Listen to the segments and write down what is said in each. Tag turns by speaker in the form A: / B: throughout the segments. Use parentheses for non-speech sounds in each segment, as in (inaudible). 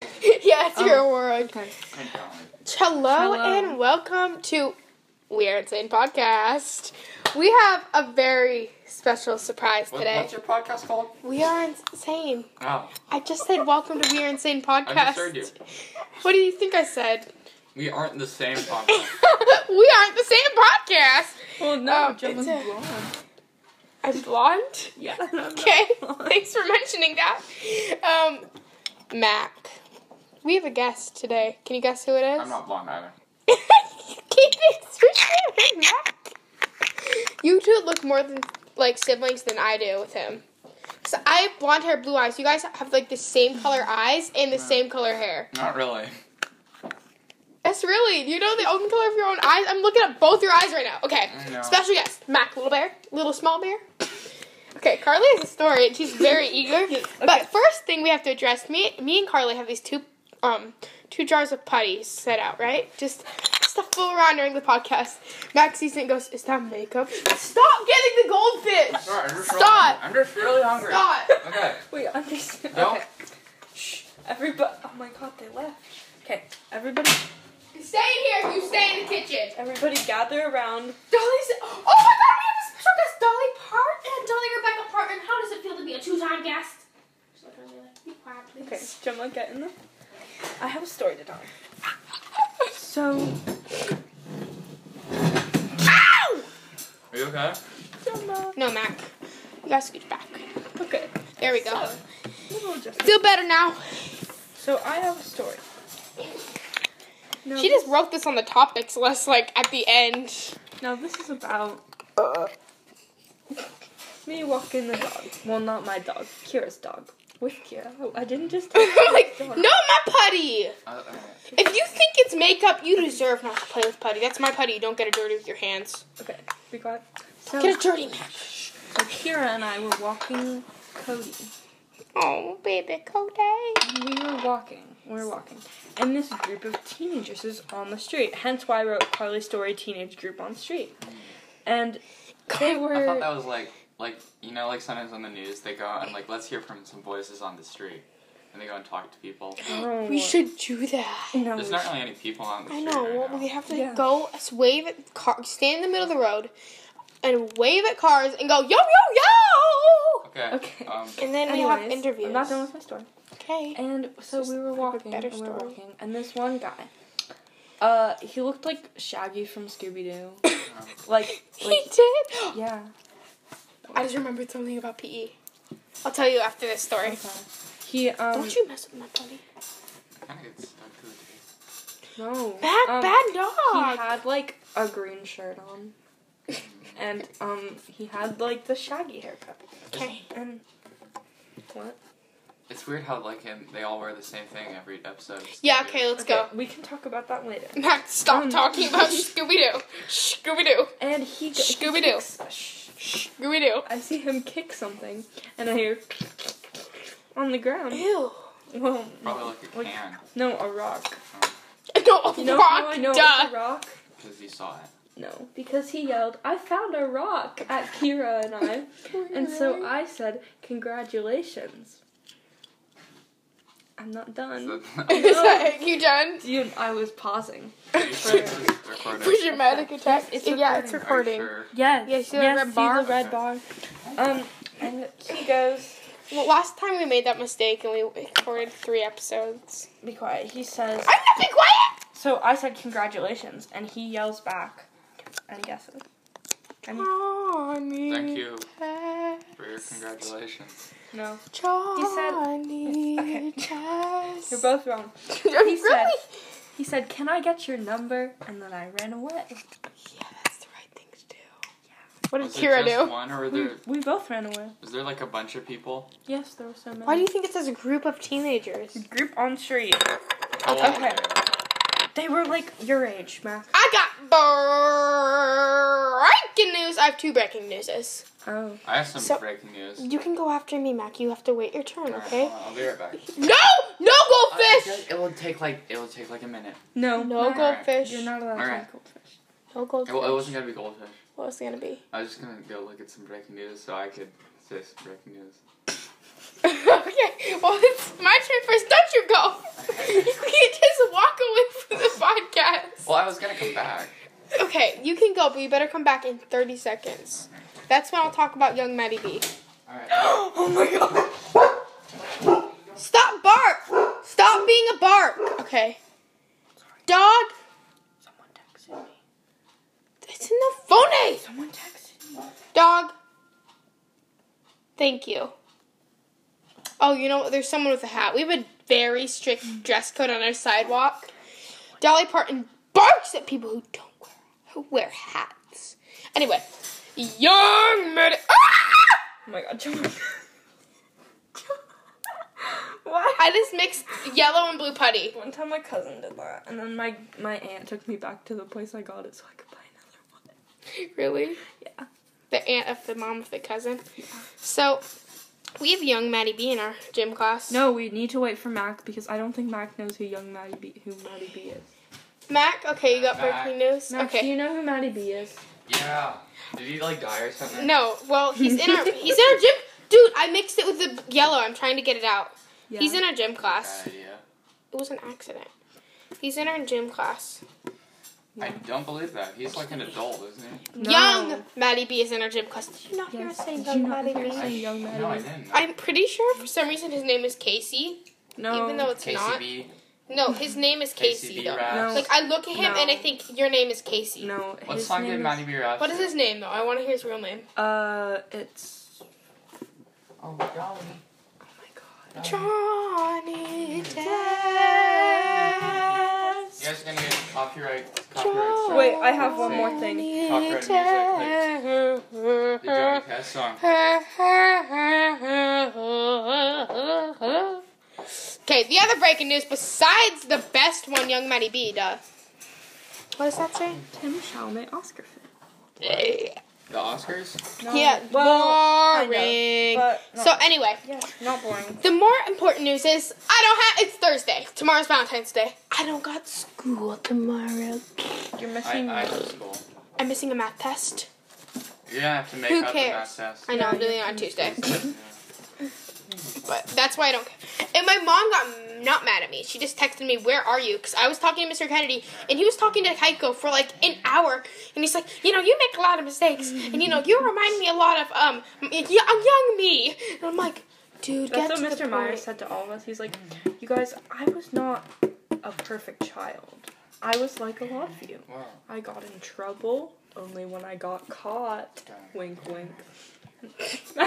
A: (laughs) your word.
B: Okay.
A: Um, Hello,
B: Hello.
A: and welcome to We Are Insane Podcast. We have a very special surprise
C: What,
A: today.
C: what's your podcast called?
A: We are insane.
C: Oh,
A: I just said welcome to We Are Insane Podcast.
C: I just heard you.
A: What do you think I said? (laughs)
C: We aren't the same podcast.
A: we aren't the same podcast.
B: Well, Oh, no,
A: Um,
B: Gemma's
A: it's a-
B: blonde.
A: I'm blonde.
B: (laughs) Yeah.
A: Okay, (laughs) thanks for mentioning that. Um, Mac, we have a guest today. Can you guess who it is?
C: I'm not blonde either.
A: Keep excreting Mac. (laughs) You two look more than like siblings than I do with him. So I have blonde hair, blue eyes. You guys have like the same color eyes and the same color hair.
C: Not really.
A: That's really you know the own color of your own eyes. I'm looking at both your eyes right now. Okay,
C: I know.
A: special guest Mac, little bear, little small bear. Okay, Carly has a story and she's
C: (laughs)
A: very eager.
B: Okay.
A: But first thing we have to address me me and Carly have these two um two jars of putty set out, right? Just stuff full around during the podcast. Max sees it and goes, Is that makeup? Stop getting the goldfish!
C: Sorry, I'm just really
A: Stop.
C: hungry. I'm just really hungry.
A: Stop!
C: Okay.
B: We understand.
C: Don't.
B: Okay. Shh. Everybody. Oh my god, they left. Okay. Everybody.
A: Stay in here, you stay in the kitchen.
B: Everybody gather around.
A: Dolly's Oh my god, we have a special guest Dolly Part and Dolly Rebecca Part and how does it feel to be a two-time guest? She's looking at me like, be quiet, please.
B: Okay, Gemma, get in there. I have a story to tell. So,
A: Ow!
C: Are you okay?
B: Gemma.
A: No, Mac. You gotta scooch back.
B: Okay.
A: There we go.
B: So, little adjustment.
A: Feel better now.
B: So I have a story. Now,
A: She just wrote this on the topics list, like at the end.
B: Now this is about me walking the dog. Well, not my dog. Kira's dog. With Kira. Oh, I didn't (laughs) just.
A: I'm (laughs) like, no, my putty.
C: Uh, okay.
A: If you think it's makeup, you deserve not to play with putty. That's my putty. Don't get it dirty with your hands.
B: Okay, be quiet. So,
A: Get it dirty, man.
B: so Kira and I were walking Cody.
A: Oh, baby, Cody.
B: And we were walking. We were walking. And this group of teenagers is on the street. Hence why I wrote Carly's story teenage group on street. And they
C: I thought
B: were
C: that was like, like you know, like sometimes on the news they go and like let's hear from some voices on the street, and they go and talk to people.
B: Oh,
A: We should do that.
B: no,
C: There's not really any people on the
A: I
C: street.
A: know.
C: right
A: Well, we
C: now.
A: have to
B: Yeah.
A: go s- wave at car, stand in the middle of the road, and wave at cars and go yo yo yo.
C: Okay.
B: Okay.
C: Um,
A: And then we
B: Anyways,
A: have interviews.
B: I'm not done with my story.
A: okay.
B: And so
A: Just
B: we were
A: pick a
B: walking,
A: better
B: and we were
A: story.
B: walking, and this one guy, uh, he looked like Shaggy from Scooby Doo,
A: (laughs)
B: like,
A: He
B: like,
A: did.
B: yeah.
A: I just remembered something about PE. I'll tell you after this story.
B: Okay. He um
A: Don't you mess with my putty.
C: kind of gets stuck to the tape.
B: no
A: Bad,
B: um,
A: bad
B: He
A: dog.
B: had like a green shirt on, and um he had like the Shaggy haircut,
A: Okay.
B: and what?
C: It's weird how like in, they all wear the same thing every episode. It's
A: Yeah,
C: weird.
A: okay, let's
B: Okay,
A: go. (laughs)
B: We can talk about that later.
A: Max, stop
B: Um,
A: talking
B: (laughs)
A: about Scooby Doo. Scooby Doo.
B: And he go- he
A: Scooby-Doo.
B: kicks- Shh.
A: Scooby Doo.
B: I see him kick something, and I hear on the ground.
A: Ew. (laughs)
B: Well,
C: Probably like a
B: Like-
C: can
B: no, a rock.
A: No, a
B: You know
A: rock,
B: how I know it's
A: duh.
B: a rock?
C: because you saw it.
B: No, because he yelled, "I found a rock" at Kira and I, and so I said, "Congratulations." I'm not done.
C: So-
A: (laughs)
C: (laughs)
A: Is that- you done?
B: Dude, I was pausing.
C: Are you sure this
A: (laughs)
C: is recorded?
A: For dramatic attack?
B: It's
A: yeah, it's
C: Are
A: recording.
C: you sure?
B: Yes.
A: Yeah, see the red bar?
C: Okay.
B: bar. Um, and he goes,
A: Well, last time we made that mistake and we recorded three episodes.
B: "Be quiet." He says.
A: I'm not being quiet!
B: So I said, "Congratulations," and he yells back, and guesses. And he-
A: Johnny.
C: Thank you
A: Thank
C: for your congratulations.
B: no,
A: Johnny.
B: Okay.
A: Test.
B: you're both wrong.
A: (laughs) really?
B: He said, he said, "Can I get your number?" And then I ran away.
A: Yeah, that's the right thing to do. What did
C: Was it
A: Kira
C: just
A: do?
C: one or were
B: We,
C: there,
B: we both ran away.
C: was there like a bunch of people?
B: Yes, there were so many.
A: Why do you think it says a group of teenagers?
B: group on street?
A: Oh,
C: How old
B: Okay.
C: were they?
B: They were like your age, Mac.
A: I got breaking news. I have two breaking newses.
B: Oh.
C: I have some
A: So-
C: breaking news.
A: You can go after me, Mac. You have to wait your turn,
C: Alright,
A: okay?
C: hold on, I'll be right back.
A: No! No goldfish!
C: It will take like it will take like a minute.
B: No.
A: No goldfish.
B: You're not allowed to
C: Alright.
B: eat goldfish.
A: No goldfish.
C: It, wa- it wasn't gonna be goldfish.
A: What was it gonna be? (laughs)
C: I was just gonna go look at some breaking news so I could say some breaking news.
A: okay, well, it's my turn first. Don't (laughs) you go! you
C: back.
A: Okay, you can go, but you better come back in 30 seconds. That's when I'll talk about young Maddie B.
C: Alright.
B: oh my god.
A: Stop bark! Stop being a bark! Okay. Dog!
B: Someone texted me.
A: It's in the phone!
B: Someone texted me.
A: Dog! Thank you. Oh, you know what? There's someone with a hat. We have a very strict dress code on our sidewalk. Dolly Parton barks at people who don't wear, who wear hats. Anyway, young Maddie. Ah!
B: Oh my god, Joey. (laughs) Why?
A: I just mixed yellow and blue putty.
B: One time my cousin did that, and then my my aunt took me back to the place I got it so I could buy another one.
A: Really?
B: Yeah.
A: The aunt of the mom of the cousin. So, we have young Maddie B in our gym class.
B: No, we need to wait for Mac because I don't think Mac knows who young Maddie B who Maddie B is.
A: Mac, okay, you got
C: Mac.
A: breaking news?
B: Mac, do
A: okay.
B: you know who Maddie B is?
C: Yeah. Did he like die or something?
A: No, well, he's in
B: (laughs)
A: our he's in our gym. Dude, I mixed it with the yellow. I'm trying to get it out.
B: Yeah.
A: He's in our gym class.
C: Bad idea.
A: It was an accident. He's in our gym class.
C: I don't believe that. He's like an adult, isn't he?
B: No.
A: Young Maddie B is in our gym class. Did you not hear us
B: Yes.
A: say
B: Did
A: young
B: you not
A: Maddie
B: hear us
A: B?
B: say young Maddie
C: No, I
B: B?
C: didn't.
A: I'm pretty sure for some reason his name is Casey,
B: No.
A: even though it's not.
C: KCB.
A: No, his name is Casey
C: KCB
A: though.
C: raps.
B: No.
A: Like I look at him
B: No.
A: and I think your name is Casey.
B: no.
C: What
B: his
C: song
B: name
C: did
B: is-
C: Maddie B rap?
A: What is his name though? I want to hear his real name.
B: Uh, it's.
C: Oh, golly.
B: Oh my
C: Um,
B: god.
A: Johnny Test.
C: You guys are gonna get copyright. Copyright. strike.
B: Wait, I have one more thing.
C: Copyright music, The Johnny Cash song.
A: Okay, the other breaking news besides the best one, Young Maddie B does. What does that say?
B: Tim Chalamet Oscar film.
C: The Oscars?
A: Yeah,
B: well,
A: boring.
B: Kind of, but
A: so
B: not,
A: anyway,
B: yeah, not boring.
A: the more important news is I don't have. It's Thursday. Tomorrow's Valentine's Day. I don't got school tomorrow.
B: You're
C: I,
B: missing.
C: I have school.
A: I'm missing a math test.
C: You're gonna have to make
A: Who
C: up
A: cares?
C: the math test.
A: I know I'm doing it on Tuesday. But that's why I don't care. And my mom got not mad at me. She just texted me, "Where are you?" Because I was talking to Mr. Kennedy, and he was talking to Heiko for like an hour. And he's like, "You know, you make a lot of mistakes, and you know, you remind me a lot of um, y- young me." And I'm like, "Dude, get
B: That's what
A: to the
B: Mr. Myers
A: point."
B: said to all of us. He's like, "You guys, I was not a perfect child. I was like a lot of you.
C: Wow.
B: I got in trouble only when I got caught. Wink, (laughs) wink."
A: (laughs) you need to be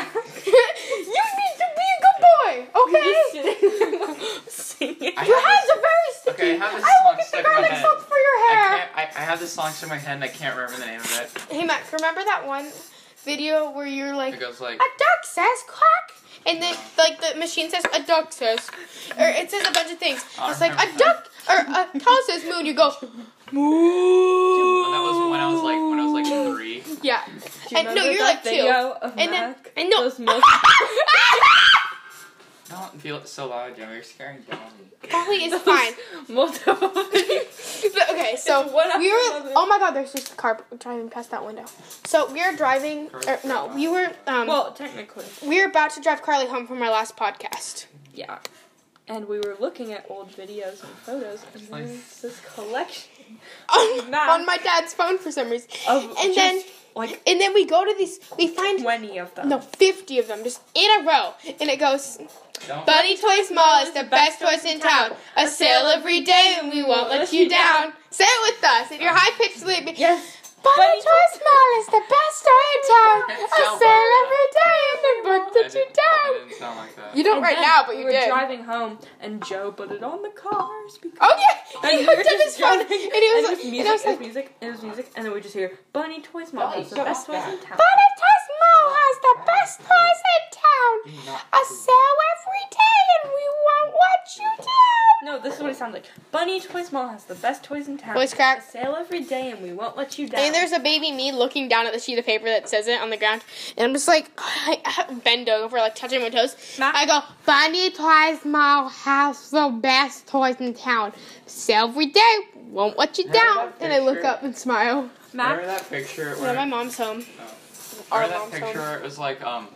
A: a good boy,
B: (laughs)
A: okay?
B: Singing.
C: I
A: (laughs) Your
C: have
A: hands are very sticky.
C: Okay, I have this
A: will
C: song
A: get the
C: stuck in my
A: garlic
C: head.
A: soap for your
C: I,
A: hair.
C: can't, I, I have this song stuck in my head and I can't remember the name of it.
A: Hey, Mac, remember that one video where you're like,
C: It goes like,
A: a duck says quack, and then like the machine says a duck says, or it says a bunch of things.
C: I
A: It's like a
C: remember
A: duck or a cow says moon. You go moo.
C: oh, that was when I was like, when I
B: (laughs)
C: was like three.
A: Yeah,
B: Do you
A: and no,
B: remember
A: you're
B: that
A: like two.
B: video Of
A: And then
B: Mac?
A: and no. (laughs)
B: Those milk-
C: Don't feel it so loud, Joe. You're scaring Joe.
A: Probably is fine.
B: (laughs) (laughs) Multiple.
A: But, okay, so
B: It's one after
A: we were.
B: another.
A: Oh my God, there's just a car driving past that window. So we were driving. Or, no, we were. Um,
B: well, technically,
A: we were about to drive Carly home from our last podcast. (laughs)
B: yeah. And we were looking at old videos and photos, and
C: Like-
B: there's this collection
A: on,
B: Mac.
A: on my dad's phone for some reason.
B: of
A: and
B: just,
A: then
B: like
A: and then we go to these we find
B: twenty of them.
A: no 50 of them just in a row and it goes
C: Don't.
A: Buddy Toy Mall is the best toys in town. A sale every day and we won't let you down. Say it with us in your high pitched way.
B: Yes.
A: Buddy Toy Mall is the best toy in
B: (laughs)
A: town. A
C: Sound
A: sale
C: like
A: every day and we won't
C: I
A: let you
C: didn't, I
A: down.
C: didn't sound like that.
A: You don't
B: And
A: right
B: then
A: now, but
B: we
A: you
B: were
A: did.
B: driving home, and Joe put it on the cars because.
A: Oh yeah,
B: (laughs) And
A: he
B: we were
A: hooked up his
B: just
A: phone and
B: driving,
A: he was
B: and
A: like,
B: just
A: and I was like,
B: music, and music, and it was music, and then we just hear Bunny Toys Mall has the
C: Bunny,
B: best
C: stop
B: toys in
C: that.
B: town.
A: Bunny Toys Mall has the best toys in town. A sale every day and we won't let you down.
B: No, this is what it sounds like. Bunny Toys Mall has the best toys in town.
A: Voice crack.
B: A sale every day, and we won't let you down.
A: And there's a baby me looking down at the sheet of paper that says it on the ground, and I'm just like, I bend over, like touching my toes.
B: Mac?
A: I go, Bunny Toys Mall has the best toys in town. Sell every day, won't let you
C: Remember
A: down.
C: that
A: And I look
C: picture?
A: up and smile.
C: Remember
B: Mac,
C: that picture
A: Yeah,
C: where,
A: my mom's home. Our
C: remember that
A: mom's
C: picture
A: home.
C: where it was like, um,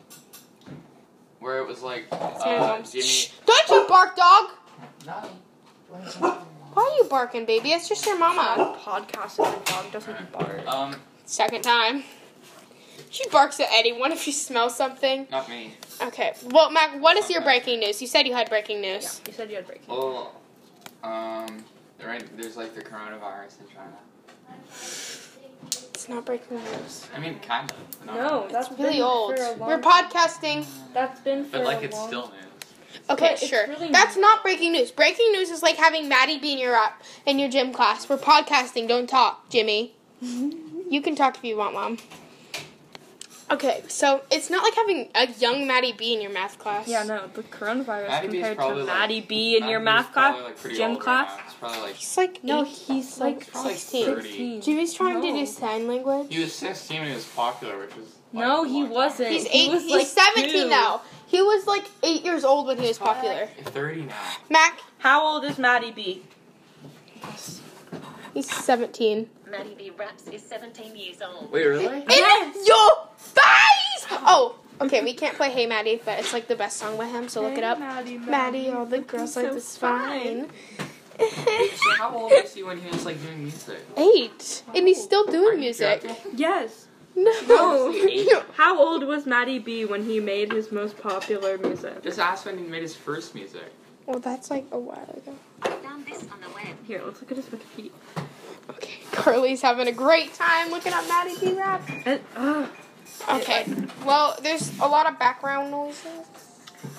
C: where it was like,
A: my
C: uh,
A: mom.
C: Jimmy.
A: Don't you bark, dog!
C: No.
A: Why are you barking, baby? That's just your mama.
B: Podcast if the dog doesn't bark.
C: Um,
A: Second time. She barks at anyone if she smells something.
C: not me.
A: Okay. Well, Mac, what is your breaking news? You said you had breaking news.
B: You said you had breaking.
C: Well, um, right, there's like the coronavirus in China.
A: It's not breaking news.
C: I mean, kind of. but not
B: No,
C: really.
B: that's
A: Really
B: been
A: old.
B: For a long,
A: We're podcasting.
B: that's been for
C: But like,
B: a
C: it's
B: long
C: still news.
A: Okay,
B: it's
A: sure.
B: really-
A: That's not breaking news. Breaking news is like having Maddie be in your up in your gym class. We're podcasting. Don't talk, Jimmy.
B: (laughs)
A: you can talk if you want, Mom. Okay, so it's not like having a young Maddie B in your math class.
B: Yeah, no, the coronavirus
C: Maddie B's
B: compared
C: probably,
B: to
C: like-
B: Maddie B in your
C: Matthew's
B: math
C: probably,
B: class,
C: like, pretty
B: gym
C: old right
B: class.
C: now. It's probably like
A: He's like
B: No,
A: eight-
B: he's
A: like
B: like,
C: probably
A: 16.
C: 30.
A: Jimmy's trying to
B: No.
A: do sign language.
C: he was 16 and he was popular, which is like,
B: No,
C: a
B: he
C: long time.
B: wasn't.
A: He's eight.
B: He was,
A: he's
B: like,
A: seventeen
B: two.
A: now. He was like eight years old when he was popular.
C: He's 30 now.
A: Mac,
B: How old is Maddie B?
A: he's seventeen.
D: Maddie B. Raps is 17 years old.
C: Wait, really?
A: In your face! Oh, okay. We can't play Hey Maddie, but it's like the best song by him. So look it up.
B: Maddie,
A: Maddie, all the girls like this fine.
C: so (laughs) how old was he when he was like doing music?
A: (laughs) Eight, and he's still
C: Are
A: doing
C: you
A: music.
C: joking?
B: Yes.
A: No.
B: No.
A: (laughs)
C: Eight?
B: How old was Maddie B when he made his most popular music?
C: Just ask when he made his first music.
A: Well, that's like a while ago.
D: I found this on the web.
B: Here, let's look at his Wikipedia.
A: Okay, Carly's having a great time looking up Maddie B rap.
B: And, uh,
A: Okay, well, there's a lot of background noises.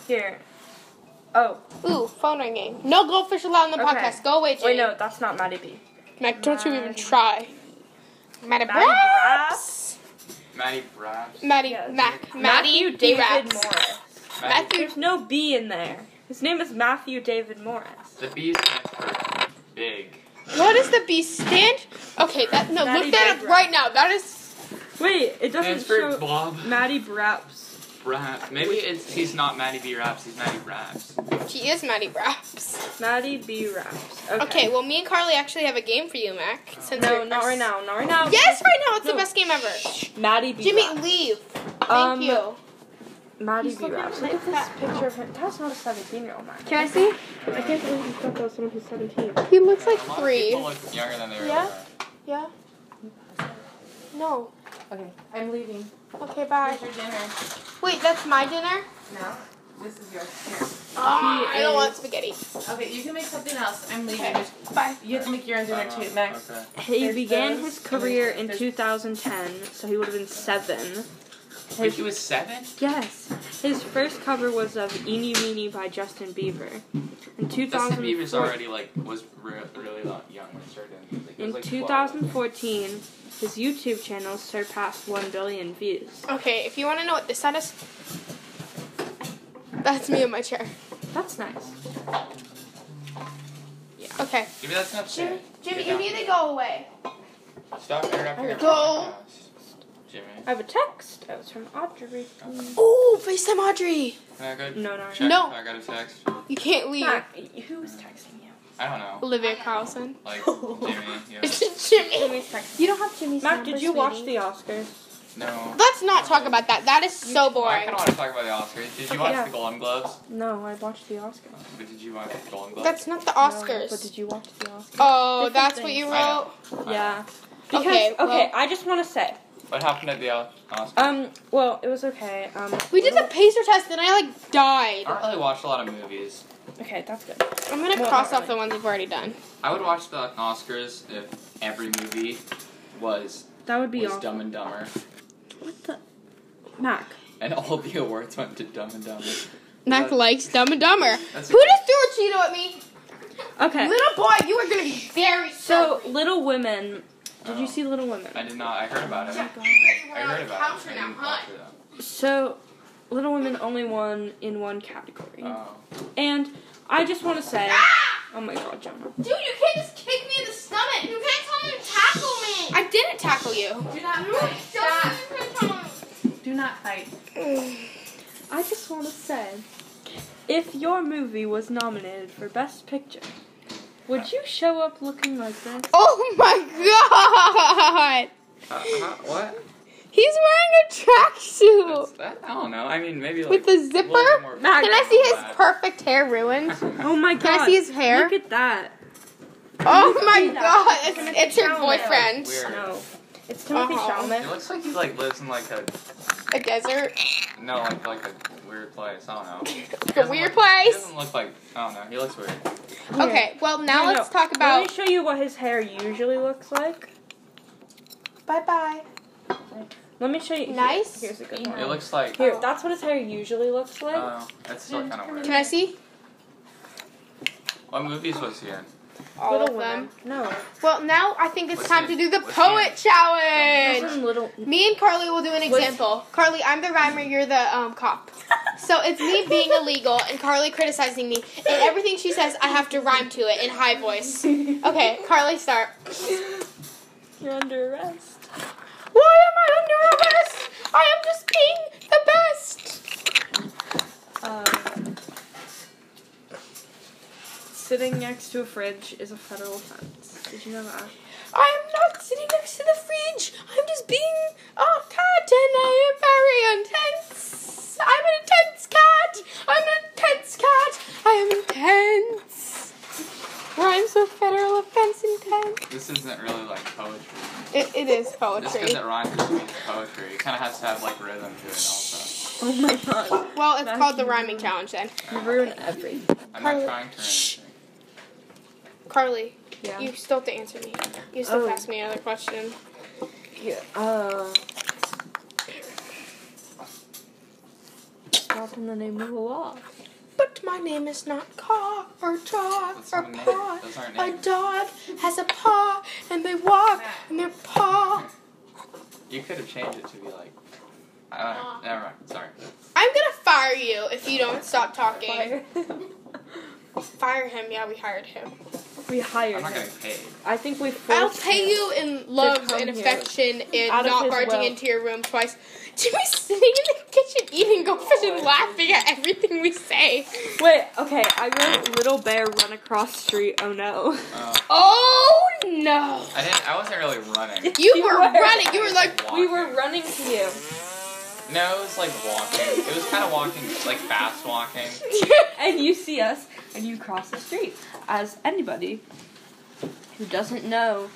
B: here. Oh,
A: Ooh, phone ringing. No goldfish allowed in the
B: Okay.
A: podcast. Go away, Jimmy.
B: wait, no, that's not Maddie B.
A: Mac, don't you even
B: Maddie-
A: try. Maddie
B: Maddie
A: Braps.
C: Maddie Braps.
A: Maddie,
B: Yes.
A: Mac, Maddie
B: Matthew David
A: Braps.
B: Morris.
A: Matthew,
B: There's no B in there. His name is Matthew David Morris.
C: The B stands for big.
A: what does the B stand? Okay, that no,
B: Maddie
A: look that up
B: Braps.
A: right now. That is
B: Wait, it doesn't
C: Stands for
B: show
C: Bob
B: Maddie Braps.
C: Raps. Maybe it's he's not Maddie B Raps. He's Maddie Raps.
A: she is Maddie Braps.
B: Maddie B Raps. Okay.
A: Okay. well, me and Carly actually have a game for you, Mac. Since
B: No,
A: you're-
B: not right now. Not right now.
A: Yes, right now. It's the
B: No.
A: best game ever.
B: Maddie B.
A: Jimmy,
B: Raps.
A: leave. Thank
B: Um,
A: you.
B: Maddie
A: He's
B: B.
A: looking
B: Raps.
A: like
B: Look at this
A: that.
B: picture of her. That's not a 17 year old man.
A: Can I see?
B: I can't believe you thought that was someone who's 17.
A: He looks like
C: A lot
A: three.
C: Of people look younger than they really
A: Yeah.
C: are.
A: Yeah. No.
E: Okay, I'm leaving.
A: Okay, bye.
E: Here's your dinner.
A: Wait, that's my dinner.
E: No, this is yours. Here.
A: Ah, I don't want spaghetti.
E: Okay, you can make something else. I'm leaving.
A: Okay. Bye.
E: You have to make your own dinner too, Max.
C: Okay.
B: He
E: There's
B: began
E: those,
B: his
E: and there's-
B: career in
E: there's-
B: 2010, so he would have been seven.
C: Wait, he was seven.
B: Yes, his first cover was of "Eeny Meeny" by Justin Bieber. In
C: Justin Bieber's
B: 2004,
C: already like was re- really lo- young when he started. in music. He was,
B: in
C: like,
B: 2014, his YouTube channel surpassed 1 billion views.
A: Okay, if you want to know what this side is, that's me in my chair.
B: That's nice.
A: Okay.
C: 12. Maybe that's not
A: Jimmy,
C: Jimmy.
A: Jimmy, you need to go away.
C: Stop interrupting. our
A: Go.
C: podcast. Jimmy.
B: I have a text. That was from Audrey.
A: Oh, FaceTime Audrey.
C: Can I go
B: No, no,
C: check
A: No.
C: if I got a text.
A: You can't leave.
B: Mac, who was texting you?
C: I don't
A: (laughs)
C: know.
A: Olivia Carlson.
C: Like Jimmy. Yeah.
A: Jimmy.
B: Jimmy's texting.
A: You don't have Jimmy's
B: Mac, did you watch the Oscars?
C: No.
A: Let's not talk about that. That is so
C: I
A: boring.
C: kind of want to talk about the Oscars. Did you watch
B: Yeah.
C: the Golden Globes?
B: No, I watched the Oscars.
C: But did you watch the Golden Globes?
A: That's not the
B: No,
A: Oscars.
B: but did you watch the Oscars?
A: oh,
B: Different
A: that's what you
C: I know.
A: wrote.
B: Yeah. Because,
A: Okay,
B: okay,
A: well-
B: I just want to say,
C: What happened at the Os- Oscars?
A: Uh,
B: um, well, it was okay. Um,
A: We did the pacer test and I like died.
C: I don't really watch a lot of movies.
B: Okay, that's good.
A: I'm gonna
B: Well,
A: cross
B: not
A: off the ones we've already done.
C: I would watch the Oscars if every movie was
B: That would be
C: was
B: awful.
C: Dumb and Dumber,
B: What the? Mac.
C: and all the awards went to Dumb and Dumber.
A: Mac
C: But-
A: likes Dumb and Dumber.
C: That's
A: Who just threw a Cheeto at me?
B: Okay.
A: Little boy, you are gonna be very
B: So,
A: sorry.
B: Little Women. Did
C: Oh.
B: you see Little Women?
C: I did not. I heard about it.
A: Yeah,
C: I heard about it. I didn't watch it,
B: So, Little Women only won in one category.
C: though. Oh.
B: And I just want to say, oh my god, Jonah.
A: Ah! Dude, you can't just kick me in the stomach. You can't come and tackle me. I didn't tackle you.
E: Do not
A: Stop.
E: Do not fight.
B: I just want to say, if your movie was nominated for Best Picture, would you show up looking like this?
A: Oh my god.
C: Uh, huh, uh, what?
A: He's wearing a
C: That's,
A: tracksuit.
C: that, I don't know. I mean, maybe like
A: With the zipper?
B: Mac-
A: Can I see his perfect hair ruined?
C: (laughs) perfect?
B: Oh my god.
A: Can I see his hair?
B: Look at that.
A: Oh my
B: see that.
A: god,
B: It's gonna
A: it's, it's
B: be
A: her
B: down
A: boyfriend.
C: Weird.
B: No. It's Timothy
A: Uh-huh.
C: (laughs) It
B: Chalamet.
C: looks like he like lives in like a
A: A desert.
C: no like like a weird place. I
A: (laughs)
C: don't know. He
A: A
C: doesn't
A: weird
C: look- He
A: place.
C: doesn't look like I don't know. He looks weird.
A: Okay, well now
B: No,
A: let's
B: no.
A: talk
B: Let
A: about
B: me show you what his hair usually looks like.
A: Bye bye.
B: Let me show you. here-
A: Nice.
B: Here's a good one.
C: It looks like.
B: Here, that's what his hair usually looks like.
C: Oh, that's still kind of weird.
A: Can I see?
C: What movies was he in? Oh.
A: All
B: Little
A: of them.
B: Women. No.
A: Well now I think it's
C: What's
A: time
C: it-
A: to do the
C: what's
A: poet
B: It
A: challenge.
B: was in Little.
A: Me and Carly will do an
B: What's-
A: example. Carly, I'm the rhymer, you're the um, cop. So it's (laughs) me being illegal and Carly criticizing me, and everything she says, I have to rhyme to it in high voice. Okay, Carly, start.
B: You're under arrest.
A: Why am I under arrest? I am just being the best.
B: Um, sitting next to a fridge is a federal offense. Did you know that?
A: I'm not sitting next to the fridge. I'm just being a cat, and I am very intense. I'm an intense cat. I'm an intense cat. I am intense. Rhymes with federal offense intense.
C: This isn't really like poetry.
A: It, it is
C: Just
A: poetry.
C: because it rhymes doesn't mean it's poetry. It kind of has to have like rhythm to it also.
B: Oh my god.
A: Well, it's
B: Matthew.
A: called the rhyming challenge then.
B: You ruin everything.
C: I'm
A: Carly-
C: not trying to. Or
A: Shh.
C: anything.
A: Carly,
B: Yeah.
A: you still have to answer me. You still have
B: Oh.
A: to ask me another question.
B: Yeah. Uh. Stop in the name of the law.
A: But my name is not car or dog
C: That's
A: or
C: not a name.
A: paw.
C: Those aren't
A: A
C: names.
A: dog has a paw and they walk and their paw.
C: You could have changed it to be like. I don't know. Never mind. Sorry.
A: I'm gonna fire you if you don't stop talking. Fire him. Yeah, we hired him.
B: we hired
C: I'm not
B: him.
C: getting paid.
B: I think we
A: I'll
B: forced
A: pay
B: him.
A: you in love
B: come
A: and
B: here.
A: affection and
B: Out of
A: not
B: his
A: barging
B: wealth.
A: into your room twice. (laughs) Jimmy's sitting in the kitchen eating goldfish and laughing at everything we say.
B: Wait, okay, I wrote Little Bear Run Across Street, oh no.
C: Uh,
A: Oh no!
C: I didn't. I wasn't really running.
A: You
B: You
A: were
B: were.
A: running. (laughs) You were like,
B: We
C: Walking.
B: were running to you.
C: No, it was like walking. It was kind of walking, like fast walking.
B: (laughs) And you see us and you cross the street. As anybody who doesn't know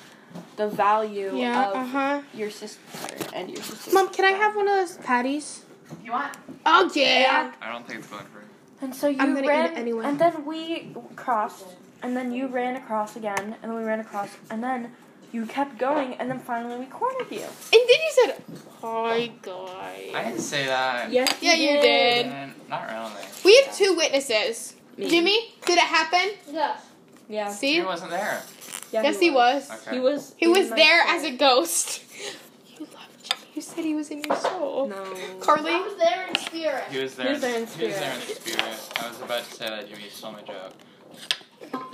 B: the value
A: yeah,
B: of
A: uh huh.
B: your sister and your sister.
A: Mom, can I have one of those patties?
E: You want?
A: Oh yeah.
B: Yeah.
C: I don't think it's going for.
B: And so you
A: I'm gonna eat
B: ran
A: it anyway.
B: and then we crossed and then you ran across again and then we ran across and then you kept going and then finally we cornered you.
A: And then you said, "Hi guys."
C: I didn't say that.
B: Yes.
A: Yeah, you did.
C: Mm, Not really.
A: We have two witnesses.
B: Me.
A: Jimmy, did it happen?
B: Yeah.
A: See?
C: He wasn't there.
B: yeah
A: yes, he was.
C: Okay.
B: He was
A: He
B: in
A: was
B: my
A: there
B: soul.
A: as a ghost. (laughs) You loved Jimmy. You said he was in your soul.
B: No.
A: Carly?
F: there in spirit.
C: He was there.
B: He was there in
C: He was there in spirit. I was about to say that Jimmy stole my joke.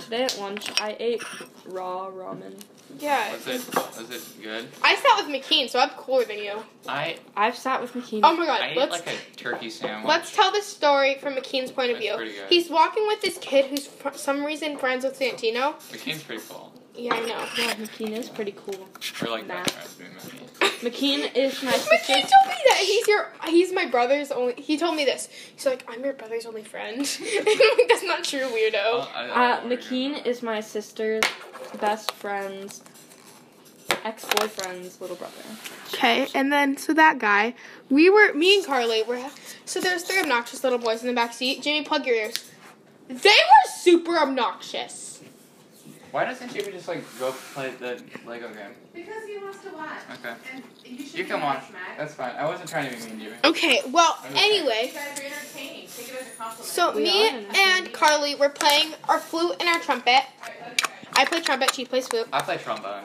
B: Today at lunch, I ate raw ramen.
A: Yeah.
C: Was it? Was it good?
A: I sat with McKean, so I'm cooler than you.
C: I
B: I've sat with Makina.
A: Oh my god,
C: I ate
A: let's
C: like a turkey sandwich.
A: let's tell the story from McKean's point of
C: That's
A: view.
C: pretty good.
A: He's walking with this kid who's for some reason friends with Santino.
C: McKean's pretty cool.
A: Yeah, I know.
B: yeah, McKean is pretty cool.
C: We're like
B: Nah.
C: best friends. Me and McKean.
B: McKean
A: (laughs)
B: is my
A: McKean
B: sister.
A: told me that he's your he's my brother's only he told me this. He's like, I'm your brother's only friend. (laughs) That's not true, weirdo.
C: Well, Oh, I- I-
B: Uh, McKean is my sister's best friend's ex-boyfriend's little brother.
A: Okay, and then so that guy, we were me and Carly were so there's three obnoxious little boys in the back seat. Jimmy, plug your ears. They were super obnoxious.
C: Why doesn't Jimmy just like go play the Lego game?
E: Because he wants to watch.
C: Okay.
E: And you should
C: You
E: be
C: can watch.
E: Mac.
C: That's fine. I wasn't trying to be mean, Jimmy.
A: Okay, well
C: Okay.
E: You
A: anyway,
E: guys are entertaining. Take it as a compliment.
A: so
B: We
A: me
B: are entertaining.
A: and Carly were playing our flute and our trumpet.
E: Alright, let it go.
A: I play trumpet, she plays flute,
C: I play
A: (laughs)
C: trombone.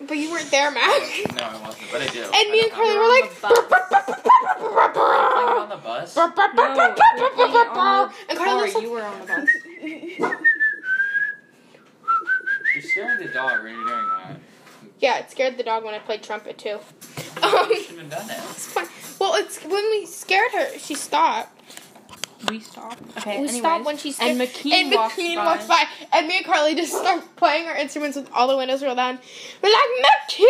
A: but you weren't there, Mac. (laughs)
C: No, I wasn't, but I do.
A: And me and Carly were like,
B: You're on
C: Like on the bus.
A: and
B: No, McKean on the
A: Carly was
B: car,
A: like,
B: you were on the bus.
C: You're scaring the dog when you're doing that.
A: yeah, it scared the dog when I played trumpet too.
C: You
A: (laughs) Um,
C: should have done it.
A: it's fun. Well, it's when we scared her, she stopped.
B: We stopped. Okay,
A: (laughs) We
B: anyways.
A: stopped when she
B: and
A: scared.
B: McKean,
A: And
B: walked,
A: McKean
B: by.
A: walks by, and me and Carly just start playing our instruments with all the windows rolled down. We're like, McKean!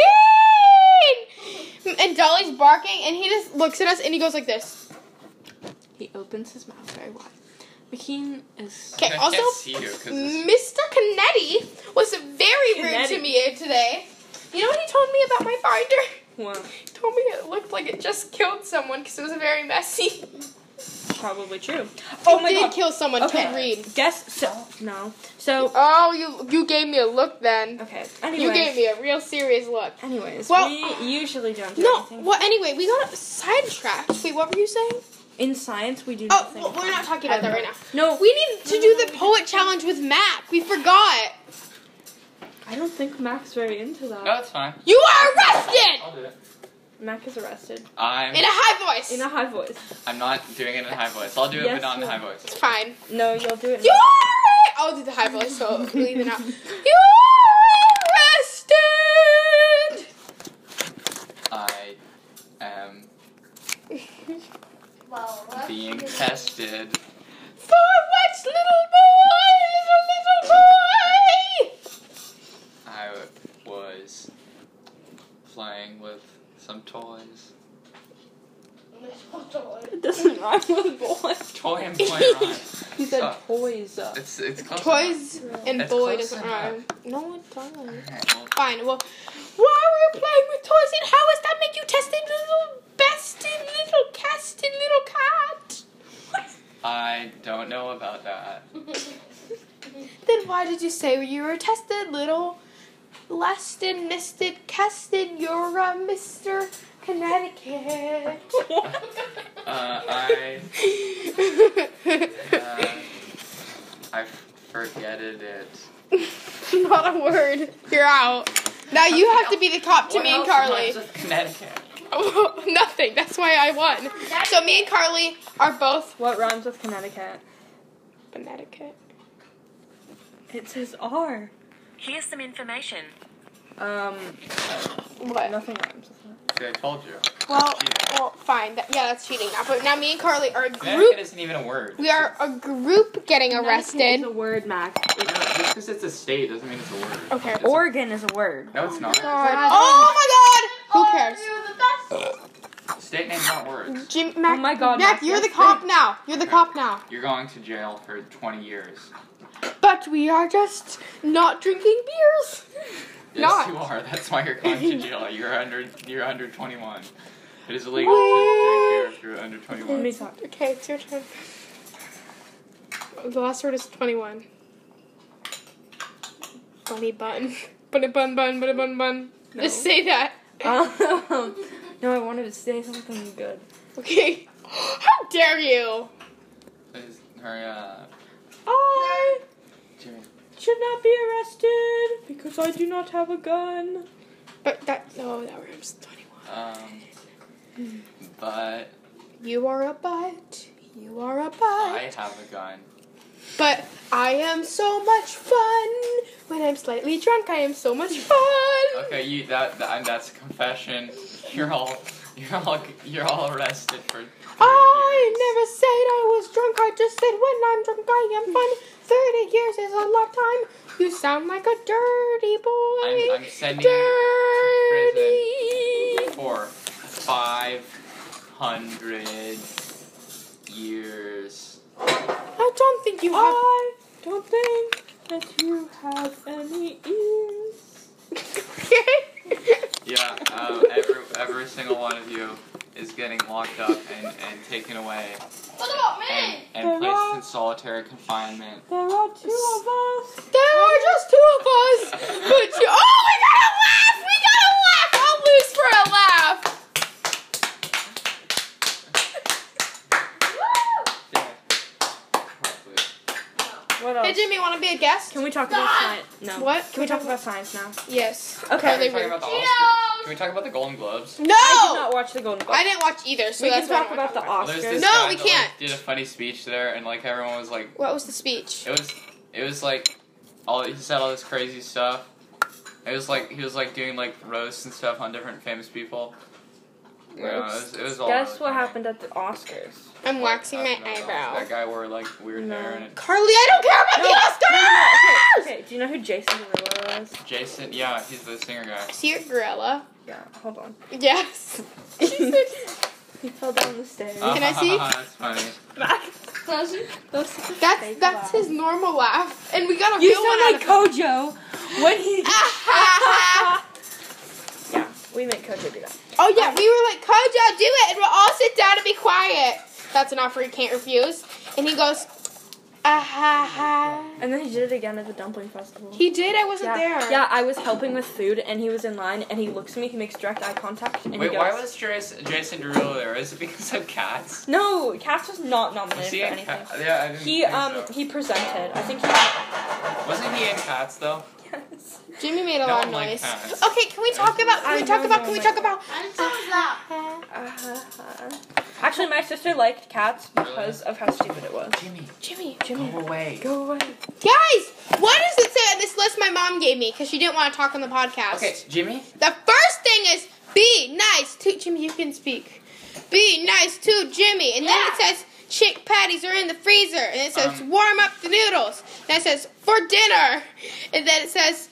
A: And Dolly's barking, and he just looks at us and he goes like this.
B: He opens his mouth very wide. McKean is.
A: Okay,
C: I
A: also,
C: can't see you 'cause this-
A: Mr. Canetti was very rude to
B: Canetti.
A: me today. You know what he told me about my binder?
B: Wow.
A: He told me it looked like it just killed someone because it was very messy.
B: Probably true. Oh my
A: did
B: god.
A: kill someone,
B: Okay.
A: Ted Reed.
B: Guess so. No. So
A: Oh, you you gave me a look then.
B: okay. Anyway.
A: You gave me a real serious look.
B: Anyways,
A: Well-
B: we usually don't do
A: No,
B: anything.
A: well, anyway, we got sidetracked. Wait, what were you saying?
B: In science, we do
A: Oh,
B: nothing.
A: well, we're not talking about that right now.
B: No,
A: We need to
B: No,
A: do
B: no,
A: the
B: we
A: poet challenge with Mac. We forgot.
B: I don't think Mac's very into that.
C: No, it's fine.
A: You are arrested!
C: I'll do it.
B: Mac is arrested
C: I'm,
A: In a high voice.
B: in a high voice.
C: I'm not doing it in a high voice. I'll do it,
B: Yes,
C: but not in a
B: no.
C: high voice.
A: it's fine.
B: No, you'll do it.
A: You are! I'll do the high voice, so leave it out. You are arrested!
C: I am
F: Well, what?
C: being tested.
A: For what, little boy? Little, little boy!
C: I was playing with some toys.
B: It doesn't rhyme with boy.
C: Toy and play rhymes.
B: He said
C: So,
B: toys. Uh,
C: It's it's close enough.
A: Toys and
C: That's
A: boy
C: close
A: doesn't
C: enough.
A: rhyme. No, it doesn't.
C: Alright, well,
A: Fine, well, why were you playing with toys and how does that make you tested little bested little casted little cat?
C: I don't know about that.
A: Then why did you say you were tested little lasted, misted, casted, you're a Mr. Connecticut? (laughs)
C: Uh, I uh,
A: (laughs)
C: I forgetted it.
A: Not a word. You're out. Now you have to be the cop to
C: What
A: me and
C: else rhymes
A: Carly. (laughs)
C: with Connecticut.
A: Nothing. That's why I won. So me and Carly are both
B: what rhymes with Connecticut?
A: Connecticut.
B: It says R.
D: Here's some information.
B: Um,
A: What?
B: nothing rhymes with that.
C: See, I told you.
A: Well, well, fine. That, yeah, that's cheating now. But now me and Carly are a
C: Connecticut
A: group.
C: isn't even a word.
A: We are a group getting
B: Connecticut is
A: arrested.
B: a word, Mac.
C: No, just because it's a state doesn't mean it's a word.
A: Okay.
C: It's a-
B: Oregon is a word.
C: no, it's not.
A: God. Oh my God! Who cares?
C: State name's not words.
A: Jim, Mac,
B: Oh my God,
A: Mac,
B: Mac,
A: you're the
B: that's
A: cop now. You're the cop now.
C: You're going to jail for 20 years.
A: But we are just not drinking beers.
C: Yes,
A: Not.
C: you are. That's why you're going to jail. You're under. You're under 21. It is illegal
A: What?
C: to drink beer if you're under 21.
A: (laughs)
B: me talk.
A: Okay, it's your turn. The last word is 21. Bunny bun. Bunny bun bun, bunny bun bun.
B: No.
A: Just say that.
B: Um, no, I wanted to say something good.
A: Okay. (gasps) How dare you?
C: Please hurry up,
B: I
C: Jimmy.
B: should not be arrested because I do not have a gun.
A: But that, no, that rhymes with 21.
C: Um, but
A: You are a butt. You are a butt.
C: I have a gun.
A: But I am so much fun. When I'm slightly drunk, I am so much
C: (laughs)
A: fun.
C: Okay, you. That. that that's a confession. You're all. You're all. You're all arrested for. three
A: I
C: years.
A: never said I was drunk. I just said when I'm drunk, I am fun. Thirty years is a long time. You sound like a dirty boy.
C: I'm, I'm sending you
A: dirty.
C: for five hundred years.
A: I don't think you have.
B: I don't think that you have any ears.
A: (laughs)
C: Oh.
A: okay.
C: Yeah, um, every, every single one of you is getting locked up and, and taken away
F: What about
C: and,
F: me?
C: and placed in solitary confinement.
B: There are two of us.
A: There are just two of us. But you. Oh, we gotta laugh. We gotta laugh. I'll lose for a laugh.
C: Yeah.
B: What else?
A: Hey Jimmy, want to be a guest?
B: Can we talk about science? No.
A: What?
B: Can we talk about science now?
A: Yes.
B: Okay.
C: Can we
A: They
C: talk
A: were-
C: about the Oscars? Can we talk about the Golden Globes?
A: No.
B: I did not watch the Golden Globes.
A: I didn't watch either, so
B: we
A: that's
B: can talk
A: why I
B: about
A: don't
B: the
A: wanna
C: Well, there's
B: Oscars.
C: this
A: No,
C: guy
A: we
C: that, like,
A: can't.
C: did a funny speech there, and like everyone was like,
A: What was the speech?
C: it was, it was like, all he said all this crazy stuff. It was like he was like doing like roasts and stuff on different famous people. You know, it was, it was all
B: Guess
C: really
B: what
C: funny.
B: happened at the Oscars?
A: I'm waxing my
C: That- that-
A: eyebrow.
C: That guy wore like weird hair and it,
A: Carly, I don't care about the Oscars.
B: Okay, do you know who Jason Derulo is?
C: Jason. Yeah, he's the singer guy.
A: See your gorilla.
B: Yeah, hold on.
A: Yes. (laughs) Jesus.
B: He fell down the stairs.
C: Uh,
A: Can
C: (laughs)
A: I see?
C: That's funny.
A: That's that's his normal laugh, and we got a
B: You
A: real one
B: sound like
A: out of Ah!
B: Kojo when he.
A: (laughs) it.
B: (laughs) yeah, we make Kojo do that.
A: Oh yeah, we were like, Kojo, do it, and we'll all sit down and be quiet. That's an offer you can't refuse. And he goes, ah ha ha.
B: And then he did it again at the dumpling festival.
A: He did. I wasn't
B: yeah.
A: there.
B: Yeah, I was helping with food, and he was in line, and he looks at me. He makes direct eye contact, and he
C: Wait,
B: goes,
C: why was Jason, Jason Derulo there? Is it because of cats?
B: No, Cass was not nominated
C: Was he
B: for
C: in
B: anything.
C: Cats? Yeah, I didn't
B: He
C: think
B: um
C: so.
B: he presented. I think he.
C: Wasn't he in Cats though?
B: Yes.
A: Jimmy made a
C: No
A: lot of
C: one liked
A: noise.
C: cats.
A: Okay, can we talk about? Can
B: I
A: we talk
B: don't
A: about?
B: know
A: Can we
B: my
A: talk about?
B: Uh-huh. Actually, my sister liked Cats because of how stupid it was.
C: Jimmy,
A: Jimmy.
B: Jimmy,
C: away.
B: go away.
A: Guys, what does it say on this list my mom gave me? Because she didn't want to talk on the podcast.
C: Okay, Jimmy.
A: The first thing is be nice to Jimmy. You can speak. Be nice to Jimmy, and then it says chick patties are in the freezer, and it says
C: Um.
A: warm up the noodles. And it says for dinner, and then it says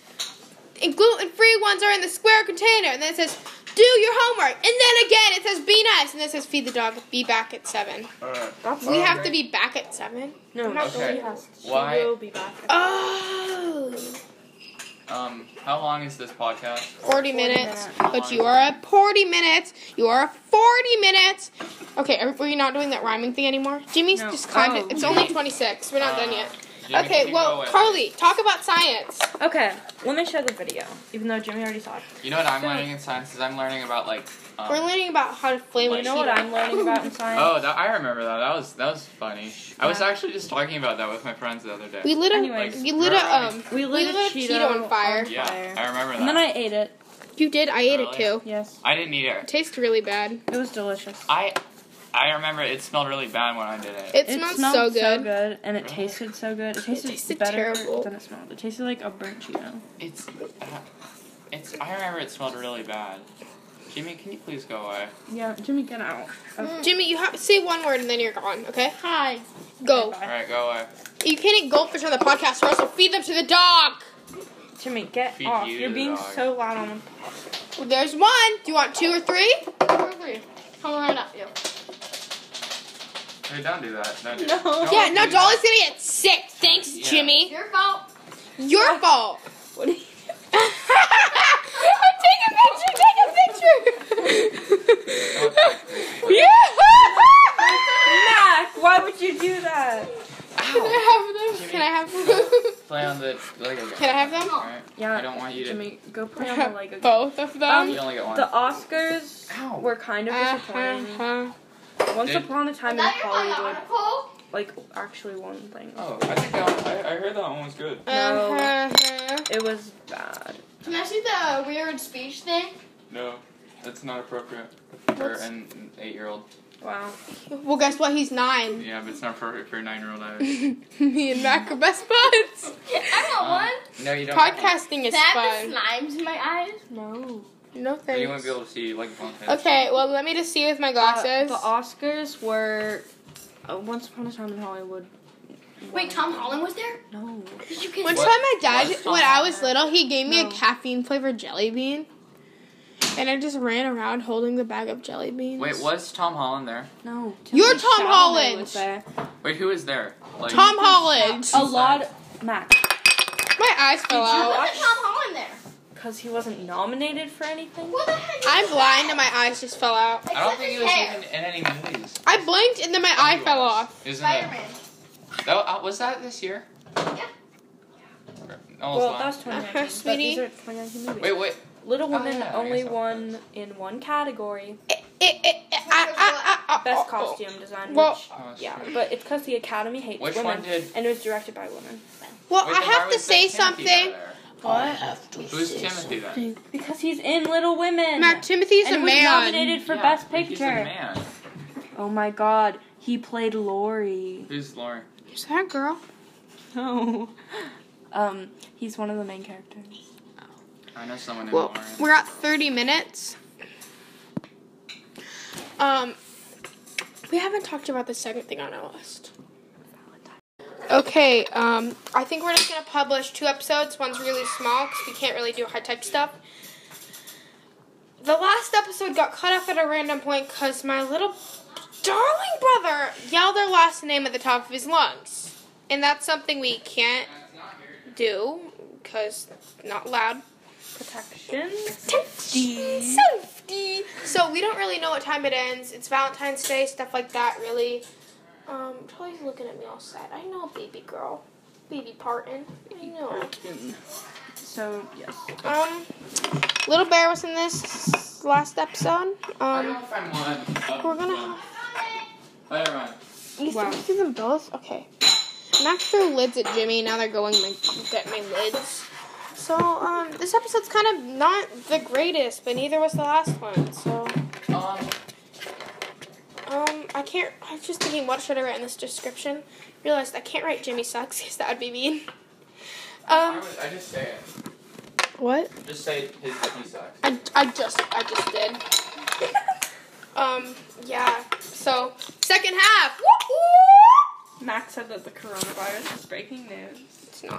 A: and gluten free ones are in the square container, and then it says do your homework, and then again it says be nice, and then it says feed the dog. Be back at seven.
C: Alright.
B: That's
A: We have to be back at seven.
B: No,
A: I'm not
C: Okay.
B: she has. She
C: Why-
B: will be back.
A: Oh.
C: Um, how long is this podcast?
A: 40 minutes,
B: minutes.
A: but you are a 40 minutes. You are a 40 minutes. Okay, are, were you not doing that rhyming thing anymore? Jimmy's
B: No.
A: just climbed
B: Oh.
A: it. It's only 26. We're not
C: Uh,
A: done yet.
C: Jimmy, can
A: okay,
C: you go
A: well,
C: with-
A: Carly, talk about science.
B: Okay, let me show the video, even though Jimmy already saw it.
C: You know what I'm
B: So-
C: learning in science is I'm learning about like. Um,
A: We're learning about how to flame
B: You
A: a
B: know what
A: cheetah.
B: I'm learning about in science?
C: Oh, that, I remember that. That was that was funny. I was
B: Yeah.
C: actually just talking about that with my friends the other day.
A: We lit a
B: Anyways.
A: we lit a um
B: we lit,
A: lit a Cheeto on fire.
C: Oh. yeah, I remember that.
B: And then I ate it.
A: you did I ate
C: Really?
A: it too.
B: Yes,
C: I didn't eat
A: It
C: it.
A: tastes really bad.
B: it was delicious.
C: I I remember it smelled really bad when I did it.
A: It, smells so good.
B: and it tasted so good. It tasted,
A: tasted
B: better
A: terrible.
B: than it smelled. It tasted like a burnt Cheeto.
C: It's uh, it's I remember it smelled really bad. Jimmy, can you please go away?
B: Yeah, Jimmy, get out.
A: Mm. Jimmy, you have say one word and then you're gone, okay?
B: Hi.
A: Go.
C: All right, go away.
A: You can't eat goldfish on the podcast or else I'll feed them to the dog.
B: Jimmy, get
C: Feed
B: off.
C: you
B: You're
C: the
B: being
C: dog.
B: so loud on
A: Well, there's one. Do you want two or three?
C: Hey, don't do that. Don't do
B: No.
C: Don't
A: yeah, no,
C: do
A: Dolly's gonna get sick. Thanks,
C: Yeah.
A: Jimmy.
F: Your fault.
A: Your fault.
B: What are you
A: take a picture, take a (laughs) picture. yeah!
B: Mac, why would you do that?
A: Can I have them? (laughs) Can I have them?
C: that. Play on the Lego.
A: Can I have them?
C: All right.
B: Yeah,
C: I don't want you to.
B: Jimmy,
A: (laughs)
B: go play on the (laughs) Lego.
A: Both of
C: You
A: them?
C: only get one.
B: The Oscars
C: Ow.
B: were kind of disappointing.
A: Uh-huh.
B: Once
C: Did-
B: upon a time in
F: Now you're going
B: Hollywood,
F: on a poll.
B: like actually one thing.
C: Oh, I think that one, I, I heard that one was good.
A: Uh-huh.
B: It was bad.
F: Can I see the weird speech thing?
C: No, that's not appropriate for
A: What's-
C: an an eight-year-old.
B: Wow.
A: Well, guess what? He's nine. (laughs)
C: Yeah, but it's not appropriate for a nine-year-old either.
A: Me and Mac are best buds.
F: I want
C: Um,
F: one.
C: No, you don't.
A: Podcasting is
F: Can I have
A: fun.
F: the slimes in my eyes?
B: No.
A: No
C: Then
A: thanks.
C: you won't be able to see like both hands.
A: Okay, well, let me just see with my glasses.
B: Uh, the Oscars were uh, Once Upon a Time in Hollywood.
F: Wait, Tom Holland was there?
B: No.
F: Did you get
A: One
C: What?
A: time, my dad,
C: What?
A: when I was little, he gave me
B: No.
A: a caffeine flavored jelly bean, and I just ran around holding the bag of jelly beans.
C: Wait, was Tom Holland there?
B: No.
A: You're
B: Timothée
A: Tom
B: Chalamet
A: Holland.
B: was there.
C: Wait, who is there? Like,
A: Tom
B: (laughs)
A: Holland.
B: A lot. Mac.
A: My eyes fell
F: Why
A: out.
F: wasn't Tom Holland there?
B: Because he wasn't nominated for anything?
F: Who the heck is
A: I'm
F: that?
A: blind and my eyes just fell out.
F: Except
C: I don't think
F: his
C: he was
F: hair.
C: even in any movies.
A: I blinked and then my eye fell off.
C: Isn't it?
F: Spider-Man.
C: Oh, uh, was that this year?
F: Yeah.
C: No,
B: Well,
C: it's
B: that was
C: not.
B: 2019.
A: Uh-huh,
B: but these
A: sweetie.
B: are 2019 movies.
C: Wait, wait.
B: Little
C: Oh,
B: Women
C: yeah, I
B: only
C: guess I
B: won in one category.
A: It, it, it, I, I, I, I,
B: Best
A: oh,
B: costume design.
A: Well-
B: which,
C: Oh, that's
B: yeah,
C: true.
B: but it's because the Academy hates
C: Which
B: women.
C: one did-
B: And it was directed by women.
A: Well,
C: Wait,
A: I
C: then why
A: have to
C: was
A: say
C: Timothy
A: something.
C: there?
B: What?
C: Who's Timothy then?
B: Because he's in Little Women.
A: Mac Timothy's
B: and
A: a
B: was
A: man.
B: nominated for
C: Yeah,
B: Best
C: but He's a
B: Picture.
C: man.
B: Oh my god, he
A: (laughs)
B: played Lori.
C: Who's Lauren?
A: Is that a girl?
B: No. Um, he's one of the main characters.
C: I know someone named
A: Well,
C: Lauren.
A: we're at 30 minutes. Um, we haven't talked about the second thing on our list. Okay, um, I think we're just gonna publish two episodes. One's really small because we can't really do high tech stuff. the last episode got cut off at a random point because my little darling brother yelled their last name at the top of his lungs. And that's something we can't do because not loud.
B: Protection.
A: Safety. So we don't really know what time it ends. It's Valentine's Day, stuff like that, really. Um, Troy's looking at me all sad. I know, baby girl. Baby Parton. I know.
B: So yes.
A: Um, Little Bear was in this last episode.
C: I don't
A: Um,
C: know if I'm one.
A: we're gonna have.
C: Oh, never mind.
A: You
B: Wow.
A: think these are both? Okay. Max threw lids at Jimmy. Now they're going my, get my lids. So um, this episode's kind of not the greatest, but neither was the last one. So
C: Um,
A: um, I can't. I was just thinking, what should I write in this description? Realized I can't write Jimmy sucks (laughs) because that would be mean.
C: I,
A: Um,
C: would, I just say it.
A: what?
C: Just say his he sucks.
A: I, I just I just did. (laughs) um, yeah. So second half. Whoop, whoop.
B: Max said that the coronavirus is breaking news.
A: It's not.